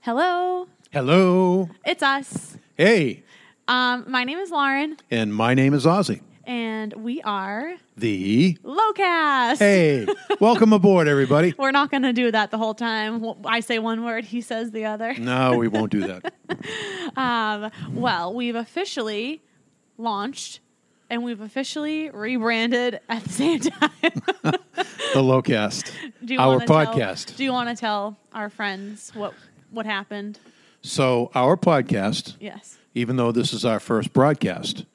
Hello, Hello. it's us. Hey. Um, my name is Lauren, And my name is Ozzy. and we are The Lowcast. Hey. Welcome aboard, everybody. We're not going to do that the whole time. Well, I say one word, he says the other. No, we won't do that. Um, well, we've officially launched and we've officially rebranded at the same time. The Lowcast. do you Our wanna tell- podcast. do you want to tell our friends what what happened? So, our podcast, Yes. even though this is our first broadcast,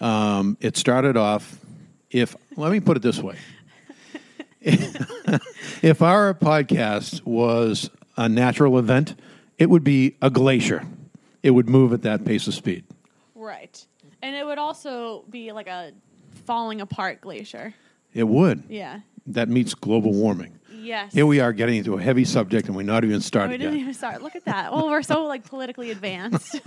um, it started off, if, let me put it this way. if our podcast was a natural event, it would be a glacier. It would move at that pace of speed. Right. And it would also be like a falling apart glacier. It would. Yeah. That meets global warming. Yes. Here we are getting into a heavy subject, and we're not even Oh, we started didn't yet. even start. Look at that. Well, we're so like politically advanced.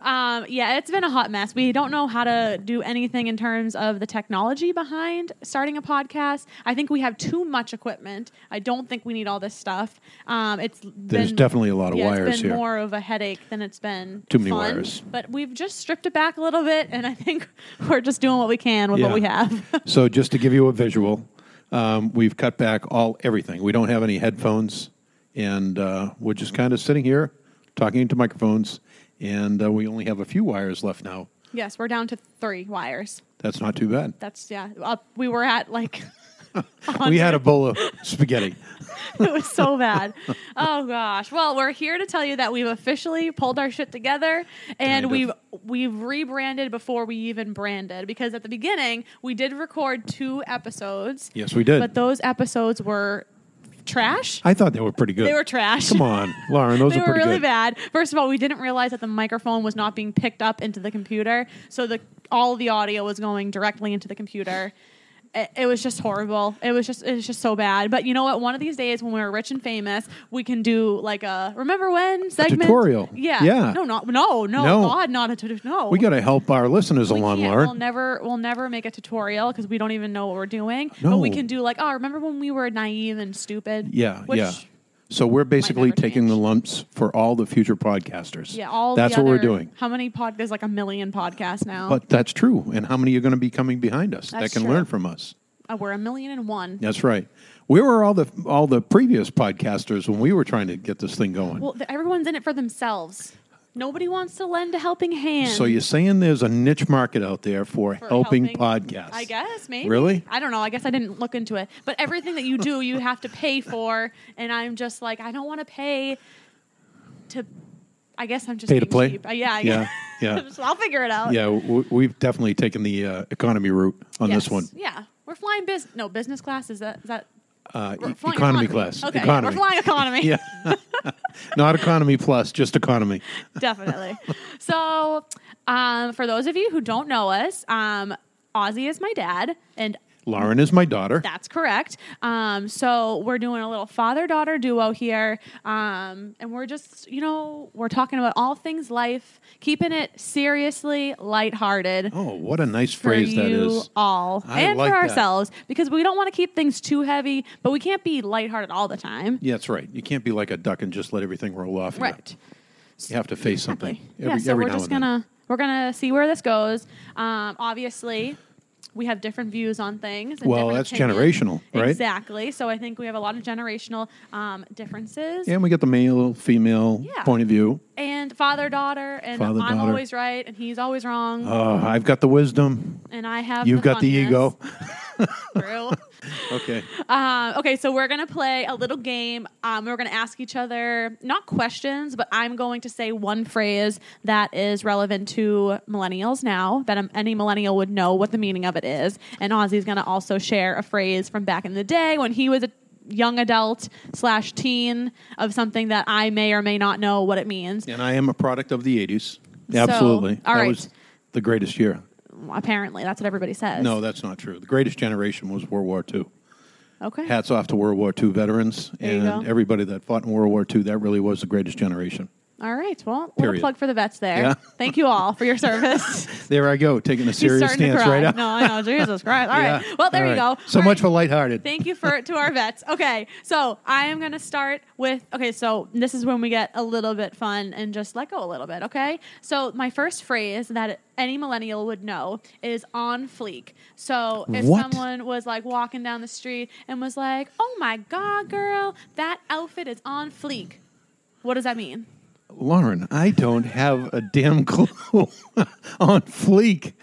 um, yeah, it's been a hot mess. We don't know how to do anything in terms of the technology behind starting a podcast. I think we have too much equipment. I don't think we need all this stuff. Um, it's There's been, definitely a lot of yeah, wires it's been here. more of a headache than it's been Too many fun. wires. But we've just stripped it back a little bit, and I think we're just doing what we can with Yeah. what we have. So, just to give you a visual, um, we've cut back all everything. We don't have any headphones, and uh, we're just kind of sitting here talking into microphones, and uh, we only have a few wires left now. yes, we're down to three wires. That's not too bad. That's yeah. Up, we were at like. We had a bowl of spaghetti. it was so bad. Oh gosh. Well, we're here to tell you that we've officially pulled our shit together Kind and of. we've we've rebranded before we even branded because at the beginning we did record two episodes. Yes, we did. But those episodes were trash. I thought they were pretty good. They were trash. Come on, Lauren. Those They are were pretty really good. bad. First of all, we didn't realize that the microphone was not being picked up into the computer, so the all the audio was going directly into the computer. It, it was just horrible. It was just it was just so bad. But you know what? One of these days, when we're rich and famous, we can do like a remember when segment tutorial. Yeah, Yeah. No, not no, no, No. God, not a tutorial. No, We got to help our listeners we along, can't. Lauren. We'll never we'll never make a tutorial because we don't even know what we're doing. But No. we can do like, oh, remember when we were naive and stupid? Yeah, Which- yeah. So we're basically never taking change. the lumps for all the future podcasters. Yeah, all that's the what we're other- doing. How many pod? There's like a million podcasts now. But that's true. And how many are going to be coming behind us that That's can true. learn from us? Uh, we're a million and one. That's right. Where were all the all the previous podcasters when we were trying to get this thing going? Well, th- everyone's in it for themselves. Nobody wants to lend a helping hand. so you're saying there's a niche market out there for, for helping, podcasts? I guess maybe. Really? I don't know. I guess I didn't look into it. But everything that you do, you have to pay for, and I'm just like, I don't want to pay to. I guess I'm just Pay to being play? Cheap. Uh, yeah, I Yeah, guess. yeah. So I'll figure it out. Yeah, w- we've definitely taken the uh, economy route on Yes. this one. Yeah, we're flying business. No, business class is that is that Uh, we're e- flying economy class. Okay, yeah, we're Economy. flying economy. yeah. Not economy plus, just economy. definitely. So, um, for those of you who don't know us, um, Ozzy is my dad, and Lauren is my daughter. that's correct. Um, so we're doing a little father-daughter duo here, um, and we're just, you know, we're talking about all things life, keeping it seriously lighthearted. Oh, what a nice For phrase that you is. all I and like for that. ourselves, because we don't want to keep things too heavy, but we can't be lighthearted all the time. Yeah, that's right. You can't be like a duck and just let everything roll off. you. Right. You have to face something Exactly. every, yeah, so every we're now just and then. gonna we're gonna see where this goes. Um, obviously, we have different views on things. And Well, different that's opinions. generational, right? Exactly. So I think we have a lot of generational um, differences. And we get the male, female Yeah. point of view. And father daughter, and Father, I'm daughter. always right, and he's always wrong, Uh, I've got the wisdom. and I have. You've got the ego. True. okay. Um, okay, so we're gonna play a little game. Um, we're gonna ask each other not questions, but I'm going to say one phrase that is relevant to millennials now that um, any millennial would know what the meaning of it is. And Ozzy's gonna also share a phrase from back in the day when he was a young adult slash teen of something that I may or may not know what it means. And I am a product of the 80s. Absolutely. all that right. was the greatest year. Apparently, that's what everybody says. No, that's not true. The greatest generation was World War II. okay. Hats off to World War II veterans There you and go. everybody that fought in World War II. That really was the greatest generation. All right. Well, little Period. plug for the vets there. Yeah. Thank you all for your service. There I go, taking a serious starting stance to cry. right No, now. I know. Jesus Christ. All right. Yeah. Well, there All you right. go. So All much right. for lighthearted. Thank you for to our vets. Okay, so I am gonna start with okay. So this is when we get a little bit fun and just let go a little bit. Okay, so my first phrase that any millennial would know is "on fleek." So if What? someone was like walking down the street and was like, "Oh my god, girl, that outfit is on fleek," what does that mean? Lauren, I don't have a damn clue on fleek.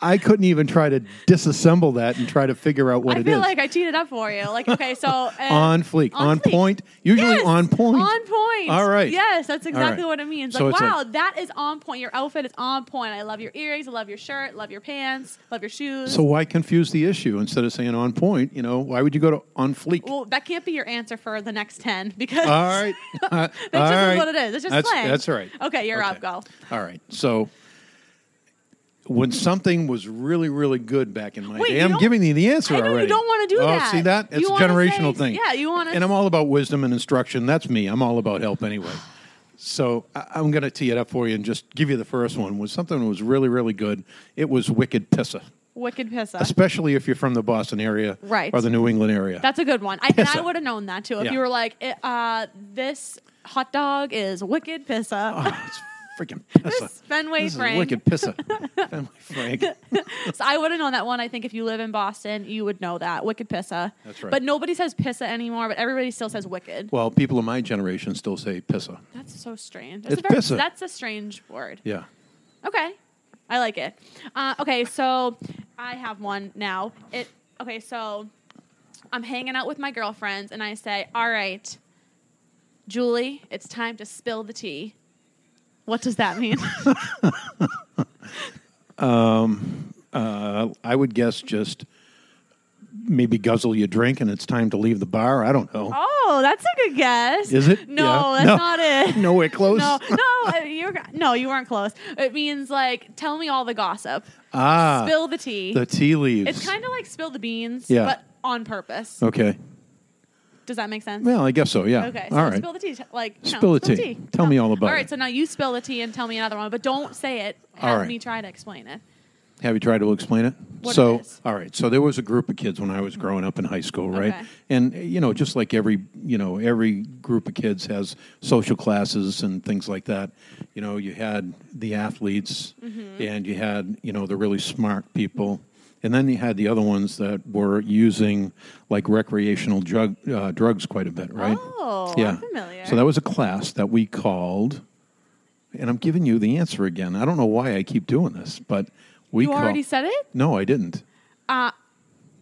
I couldn't even try to disassemble that and try to figure out what I it feel is. like I cheated up for you. Like okay, so uh, on fleek, on, fleek. point, usually Yes, on point. On point. All right. Yes, that's exactly right. what it means. Like, So it's a- wow, that is on point. Your outfit is on point. I love your earrings. I love your shirt. Love your pants. Love your shoes. So why confuse the issue instead of saying on point? You know, why would you go to on fleek? well, that can't be your answer for the next ten because all right, Uh, all that's just right. what it is. It's just that's, slang. That's all right. Okay, you're Okay. up. Go. All right. So when something was really, really good back in my Wait, day, you I'm don't- giving you the answer I know you already. don't wanna do oh, that. See that? You It's a wanna generational say- thing. yeah, you wanna- And I'm all about wisdom and instruction. That's me. I'm all about help anyway. So I- I'm going to tee it up for you and just give you the first one. Was something that was really, really good. It was wicked pissa, Wicked pissa. especially if you're from the Boston area Right. or the New England area. That's a good one. I, and I Pissa. would have known that too if Yeah. you were like, it, uh, this hot dog is wicked pissa. oh, it's freaking pissa. This Fenway this is Frank. wicked pissa. Fenway Frank. So I would have known that one. I think if you live in Boston, you would know that. Wicked Pissa. That's right. But nobody says Pissa anymore, but everybody still says Wicked. Well, people of my generation still say pissa. That's so strange. That's, It's a very, pissa. that's a strange word. Yeah. Okay. I like it. Uh, okay, so I have one now. It Okay, so I'm hanging out with my girlfriends and I say, all right, Julie, it's time to spill the tea. What does that mean? Uh, I would guess just maybe guzzle your drink and it's time to leave the bar. I don't know. oh, that's a good guess. Is it? No, Yeah. that's No. not it. Nowhere close. No, no, uh, you're no, you weren't close. It means like tell me all the gossip, Ah, spill the tea. the tea leaves. it's kind of like spill the beans, Yeah. but on purpose. okay. Does that make sense? Well, I guess so. Yeah. Okay, so all right. spill the tea. t- Like you know, Spill the tea. Tell me all about All right, it. so now you spill the tea and tell me another one, but don't say it. All Have right. me try to explain it. Have you tried to explain it? What it so, is. all right. So there was a group of kids when I was growing up in high school, right? Okay. And you know, just like every you know every group of kids has social classes and things like that. You know, you had the athletes, Mm-hmm. and you had you know the really smart people, and then you had the other ones that were using like recreational drug uh, drugs quite a bit, right? Oh, I'm familiar. So that was a class that we called. And I'm giving you the answer again. I don't know why I keep doing this, but we you call- already said it. no, I didn't. No,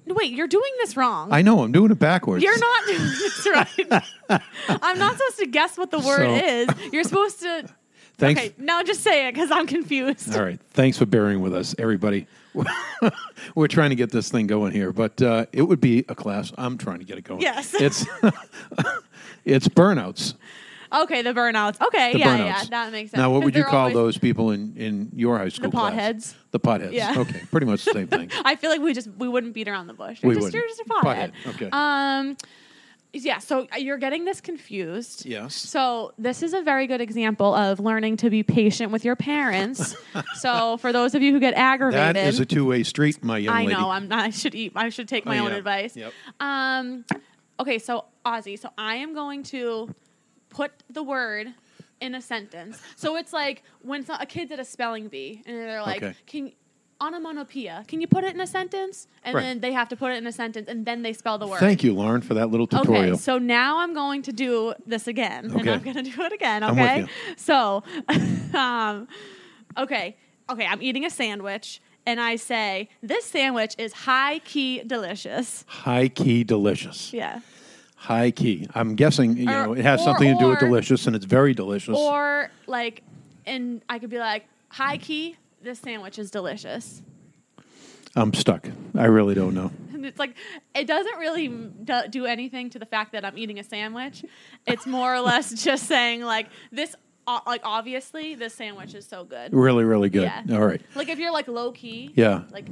Wait, you're doing this wrong. I know I'm doing it backwards. you're not doing this right. I'm not supposed to guess what the word So- is. You're supposed to. Thanks. Okay, now just say it because I'm confused. All right. Thanks for bearing with us, everybody. We're trying to get this thing going here, but uh, it would be a class. I'm trying to get it going. Yes. It's it's burnouts. Okay, the burnouts. Okay, The yeah, burnouts. yeah, that makes sense. Now, what 'Cause would you they're call always- those people in in your high school? class? potheads. The potheads. Yeah. Okay. Pretty much the same thing. I feel like we just we wouldn't beat around the bush. You're We just, wouldn't. You're just a pothead. Pothead, okay. Um, yeah. So you're getting this confused. Yes. So this is a very good example of learning to be patient with your parents. so for those of you who get aggravated, That is a two way street, my young I lady. know I'm not. I should eat. I should take my Oh, own yeah. advice. Yep. Um, okay, so Ozzy, so I am going to put the word in a sentence. So it's like when so- a kid did a spelling bee, and they're like, Okay. "Can onomatopoeia? Can you put it in a sentence?" And Right. then they have to put it in a sentence, and then they spell the word. Thank you, Lauren, for that little tutorial. Okay, so now I'm going to do this again, and Okay. I'm going to do it again. I'm with Okay, you. so, um, okay, okay, I'm eating a sandwich, and I say this sandwich is high key delicious. High key delicious. Yeah, High key. I'm guessing you Or- know it has or- something to do with or- delicious, and it's very delicious. or like, and I could be like high key. This sandwich is delicious. I'm stuck. I really don't know. And it's like, it doesn't really m- do- do anything to the fact that I'm eating a sandwich. It's more or less just saying, like, this, o- like, obviously, this sandwich is so good. Really, really good. Yeah. All right. Like if you're like low key. Yeah. Like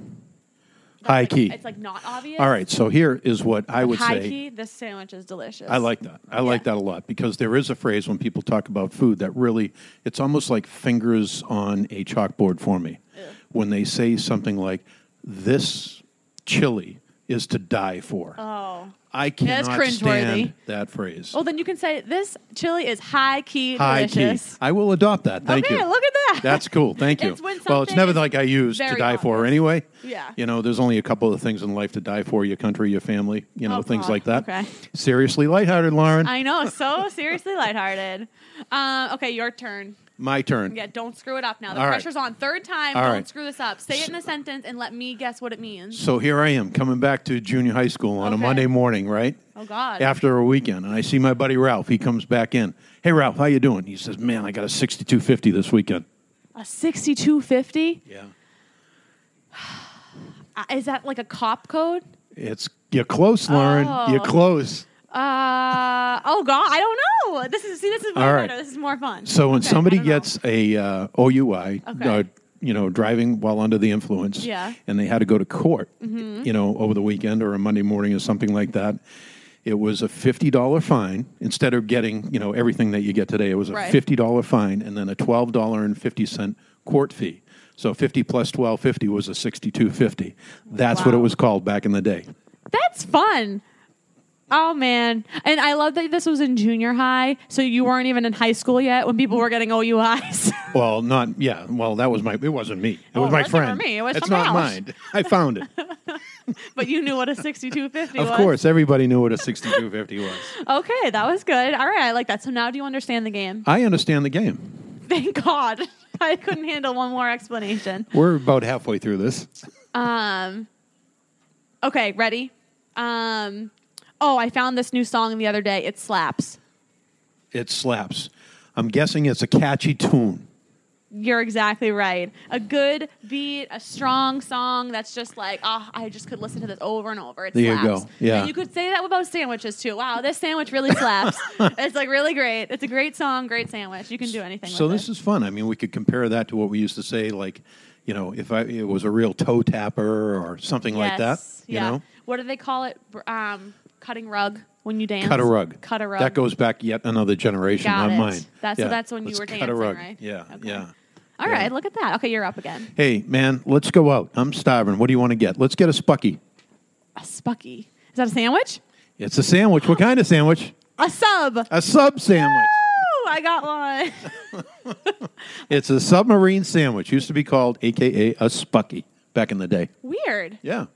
High key. It's like not obvious. All right, so here is what I would High say. key. This sandwich is delicious. I like that. I like Yeah. that a lot because there is a phrase when people talk about food that really, it's almost like fingers on a chalkboard for me. When they say something like, this chili is to die for. Oh. I that's cannot stand cringeworthy. that phrase. Well, then you can say this chili is high key High delicious. key. I will adopt that. Thank okay, you. look at that. That's cool. Thank you. It's when well, it's something never is like I use to very die for obvious. anyway. Yeah. You know, there's only a couple of things in life to die for your country, your family, you know, Oh, things God. like that. Okay. Seriously lighthearted, Lauren. I know. So seriously lighthearted. Um, okay, your turn. My turn. Yeah, don't screw it up now. The All right. pressure's on. Third time, All don't right. screw this up. Say it in a sentence and let me guess what it means. So here I am coming back to junior high school on a Okay. Monday morning, right? Oh God. After a weekend, and I see my buddy Ralph. He comes back in. Hey Ralph, how you doing? He says, "Man, I got a 6250 this weekend." A sixty-two fifty. Yeah. Uh, Is that like a cop code? It's you're close, Lauren. Oh. You're close. Uh oh God, I don't know. This is see, this is way All right. better. This is more fun. So when Okay, I somebody don't know. gets a uh, OUI, Okay. uh, you know, driving while under the influence, Yeah. Mm-hmm. and they had to go to court, you know, over the weekend or a Monday morning or something like that. It was a fifty dollar fine instead of getting you know everything that you get today. It was a Right. fifty dollar fine and then a twelve dollar and fifty cent court fee. So fifty plus twelve fifty was a sixty two fifty. That's what it Wow. was called back in the day. That's fun. Oh man. And I love that this was in junior high, so you weren't even in high school yet when people were getting OUIs. Well, not yeah. Well, that was my. It wasn't me. It Oh, was it my wasn't for friend. me. It was it's someone not else. mine. I found it. but you knew what a 6250 Of was. course, everybody knew what a 6250 was. Okay, that was good. All right, I like that. So now do you understand the game? I understand the game. Thank God. I couldn't handle one more explanation. We're about halfway through this. Um, okay, ready? Um, oh, I found this new song the other day. It slaps. It slaps. I'm guessing it's a catchy tune. You're exactly right. A good beat, a strong song that's just like, oh, I just could listen to this over and over. It There you slaps. go. Yeah. And you could say that about sandwiches too. Wow, this sandwich really slaps. it's like really great. It's a great song, great sandwich. You can do anything So with this it. is fun. I mean, we could compare that to what we used to say, like, you know, if I it was a real toe tapper or something like that. Yes. You yeah. know, What do they call it? Br- Um, cutting rug when you dance? cut a rug. Cut a rug. That goes back yet another generation, Got not it. mine. That's- so that's when you Let's were cut a dancing, rug. right? Yeah, Okay. yeah. All Yeah. right, look at that. Okay, you're up again. Hey, man, let's go out. I'm starving. What do you want to get? Let's get a spucky. A spucky. Is that a sandwich? It's a sandwich. what kind of sandwich? A sub. A sub sandwich. Woo! I got one. It's a submarine sandwich. Used to be called, AKA, a spucky back in the day. Weird. Yeah.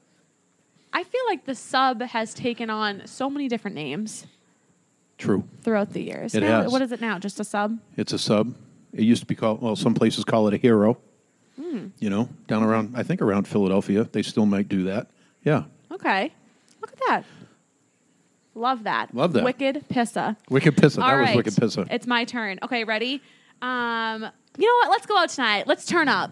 I feel like the sub has taken on so many different names True. throughout the years. It Now- has. What is it now? Just a sub? It's a sub. It used to be called, well, some places call it a hero. Hmm. You know, down around, I think around Philadelphia, they still might do that. Yeah. Okay. Look at that. Love that. Love that. Wicked pissa. Wicked Pissa. All that right. was Wicked Pissa. It's my turn. Okay, ready? Um, you know what? Let's go out tonight. Let's turn up.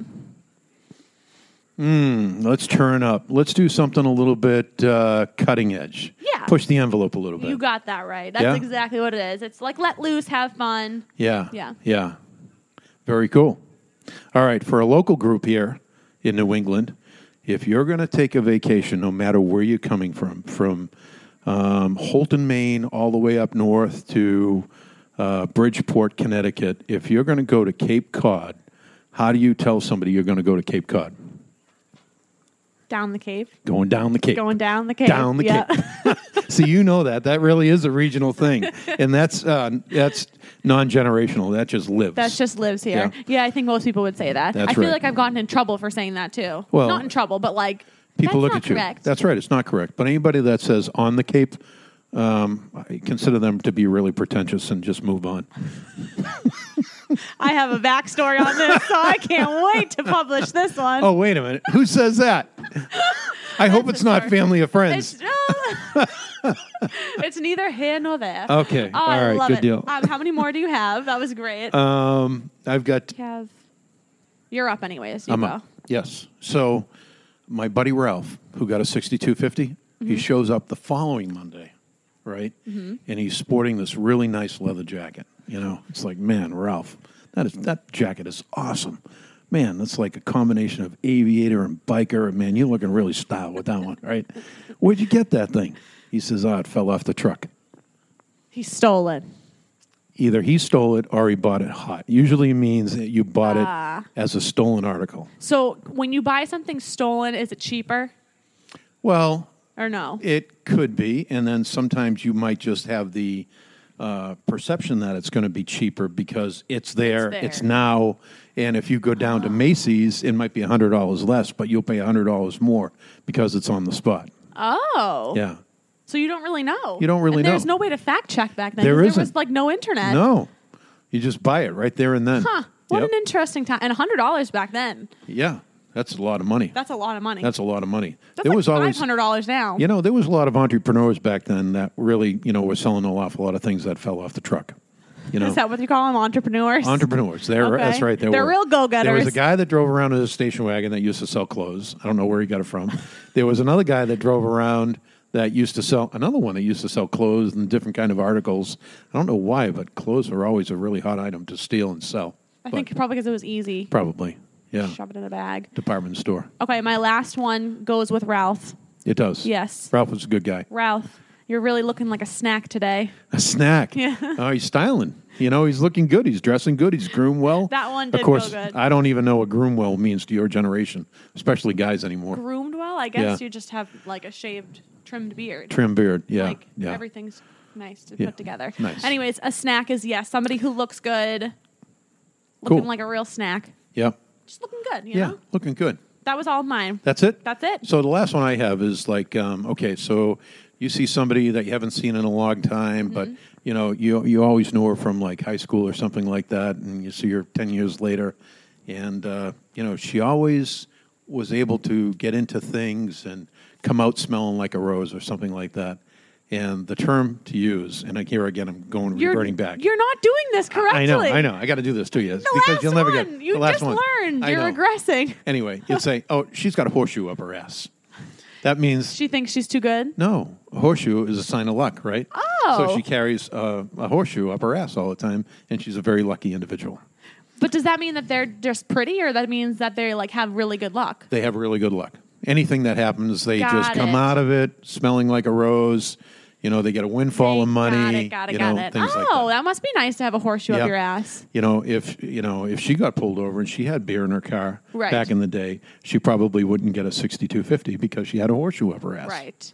Hmm. Let's turn up. Let's do something a little bit uh, cutting edge. Yeah. Push the envelope a little bit. You got that right. That's Yeah. exactly what it is. It's like let loose, have fun. Yeah. Yeah. Yeah. Very cool. All right. For a local group here in New England, if you're going to take a vacation, no matter where you're coming from, from um, Holton, Maine, all the way up north to uh, Bridgeport, Connecticut, if you're going to go to Cape Cod, how do you tell somebody you're going to go to Cape Cod? Down the cave. Going down the Cape. Going down the cave. down the Yeah. Cape. so you know that that really is a regional thing, and that's uh, that's non generational. That just lives. That just lives here. Yeah. Yeah. I think most people would say that. That's I feel right. like I've gotten in trouble for saying that too. Well, not in trouble, but like that's People look not at you. Correct. That's right. It's not correct. But anybody that says on the Cape, um, I consider them to be really pretentious and just move on. I have a backstory on this, so I can't wait to publish this one. Oh, wait a minute. Who says that? I hope That's it's not bizarre. family or friends. It's, um, it's neither here nor there. Okay. Oh, I All right. love Good it. deal. Um, how many more do you have? That was great. Um, I've got. You have. You're up, anyways. You I'm go. up. Yes. So, my buddy Ralph, who got a 6250, Mm-hmm. he shows up the following Monday, right? And he's sporting this really nice leather jacket. You know, it's like, man, Ralph, that is that jacket is awesome. man, that's like a combination of aviator and biker. And man, you're looking really style with that one, right? Where'd you get that thing? He says, oh, it fell off the truck. He stole it. Either he stole it or he bought it hot. Usually means that you bought Ah. it as a stolen article. So when you buy something stolen, is it cheaper Well, or no? It could be, and then sometimes you might just have the uh, perception that it's going to be cheaper because it's there, it's, there. Uh-huh. now, and if you go down to Macy's, it might be hundred dollars less, but you'll pay hundred dollars more because it's on the spot. Oh, Yeah, So you don't really know. You don't really And There's know. no way to fact check back then. There 'cause There was isn't. like no internet. no, you just buy it right there and then. Huh. What Yep. an interesting time. And hundred dollars back then. yeah, that's a lot of money. That's a lot of money. That's a lot of money. That's there like was five always hundred dollars now. You know, there was a lot of entrepreneurs back then that really, you know, were selling an awful lot of things that fell off the truck. You know, Is that what you call them, entrepreneurs? Entrepreneurs. They're, Okay. That's right. They They're were. real go-getters. There was a guy that drove around in a station wagon that used to sell clothes. I don't know where he got it from. there was another guy that drove around that used to sell another one that used to sell clothes and different kind of articles. I don't know why, but clothes were always a really hot item to steal and sell. I But think probably because it was easy. probably, yeah. Shove it in a bag. Department store. Okay, my last one goes with Ralph. It does. Yes. Ralph was a good guy. Ralph, you're really looking like a snack today. A snack. Yeah. Oh, he's styling. You know, he's looking good. He's dressing good. He's groomed well. That one did Of course, go good. I don't even know what groom well means to your generation, especially guys anymore. Groomed well, I guess Yeah. you just have like a shaved, trimmed beard. Trim beard. Yeah. like yeah. everything's nice to Yeah. put together. Nice. Anyways, a snack is yes, somebody who looks good, Cool. looking like a real snack, yeah. just looking good. You Yeah. know, Looking good. that was all mine. That's it? That's it. So the last one I have is like, um, okay, so you see somebody that you haven't seen in a long time, but Mm-hmm. you know, you you always know her from like high school or something like that, and you see her ten years later, and uh, you know, she always was able to get into things and come out smelling like a rose or something like that. And the term to use, and I here again, I'm going you're reverting back. You're not doing this correctly. I know, I know. I got to do this to The you last one. you the last just one. learned. I You're know. regressing. Anyway, you'd say, "Oh, she's got a horseshoe up her ass." That means She thinks she's too good. no. A horseshoe is a sign of luck, right? Oh. So she carries uh, a horseshoe up her ass all the time, and she's a very lucky individual. But does that mean that they're just pretty, or that means that they like have really good luck? They have really good luck. Anything that happens, they Got just come it. out of it smelling like a rose. You know, they get a windfall of money. Got it. Got it. you Got know, it. things like Oh, that. that must be nice to have a horseshoe Yeah. up your ass. You know, if you know if she got pulled over and she had beer in her car Right. back in the day, she probably wouldn't get a sixty-two fifty because she had a horseshoe up her ass. Right.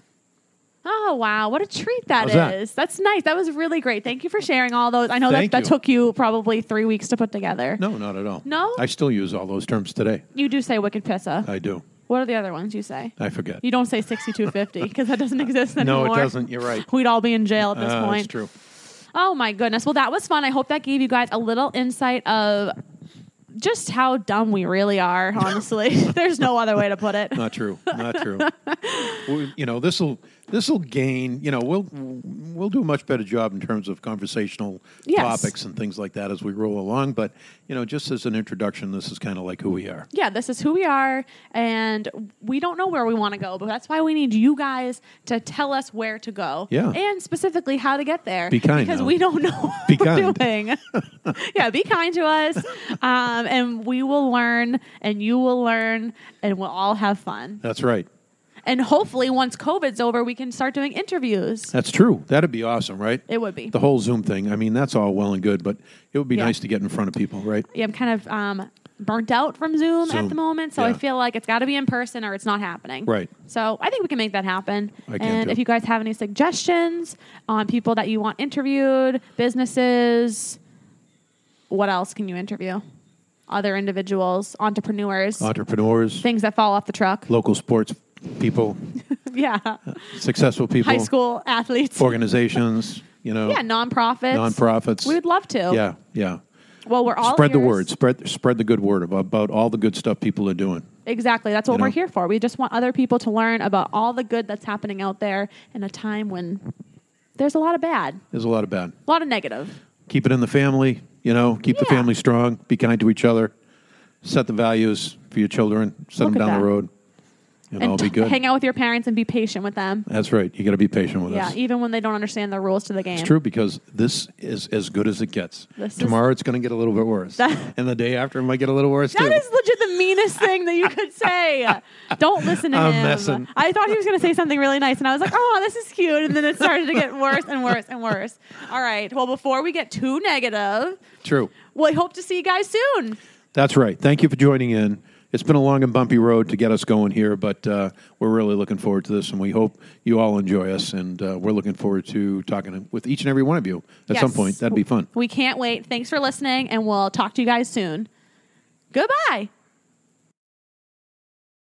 Oh wow, what a treat that How's that? is. That's nice. That was really great. Thank you for sharing all those. I know that, Thank that you. took you probably three weeks to put together. No, not at all. No? I still use all those terms today. You do say wicked pissa. I do. what are the other ones you say? I forget. You don't say sixty two fifty because that doesn't exist no, anymore. it doesn't. You're right. We'd all be in jail at this Uh, point. That's true. Oh my goodness. Well, that was fun. I hope that gave you guys a little insight of just how dumb we really are, honestly. There's no other way to put it. Not true. Not true. we, you know, this will this will gain. You know, we'll we'll do a much better job in terms of conversational Yes. topics and things like that as we roll along. But you know, just as an introduction, this is kind of like who we are. yeah, this is who we are, and we don't know where we want to go, but that's why we need you guys to tell us where to go. Yeah. And specifically how to get there. Be kind, Because though. we don't know what Be we're kind. doing. yeah, be kind to us, um, and we will learn, and you will learn, and we'll all have fun. That's right. And hopefully, once COVID's over, we can start doing interviews. That's true. That'd be awesome, right? It would be. the whole Zoom thing. I mean, that's all well and good, but it would be Yeah. nice to get in front of people, right? Yeah, I'm kind of um, burnt out from Zoom, at Zoom. the moment, so I Yeah. feel like it's got to be in person or it's not happening. Right. So I think we can make that happen. I can and too. if you guys have any suggestions on people that you want interviewed, businesses, what else can you interview? Other individuals, entrepreneurs, Entrepreneurs, things that fall off the truck. local sports people, yeah. successful people, High school athletes. organizations. You know, yeah, nonprofits. nonprofits. We would love to. Yeah, yeah. Well, we're all spread the ears. word. Spread spread the good word about, about all the good stuff people are doing. Exactly. That's what You we're know? here for. We just want other people to learn about all the good that's happening out there in a time when there's a lot of bad, There's a lot of bad. a lot of negative. Keep it in the family. You know, keep the Yeah. family strong. Be kind to each other. Set the values for your children. Set Look them at down the that. road. and all be good. hang out with your parents and be patient with them. That's right. You got to be patient with Yeah, us. even when they don't understand the rules to the game. It's true because this is as good as it gets. This is- Tomorrow it's going to get a little bit worse, That- and the day after it might get a little worse too. That is legit the meanest thing that you could say. Don't listen to I'm him. messing. I thought he was going to say something really nice, and I was like, "Oh, this is cute." And then it started to get worse and worse and worse. All right. Well, before we get too negative, true. we hope to see you guys soon. That's right. Thank you for joining in. It's been a long and bumpy road to get us going here, but uh, we're really looking forward to this, and we hope you all enjoy us. And uh, we're looking forward to talking with each and every one of you at some Yes. point. That'd be fun. We can't wait. Thanks for listening, and we'll talk to you guys soon. Goodbye.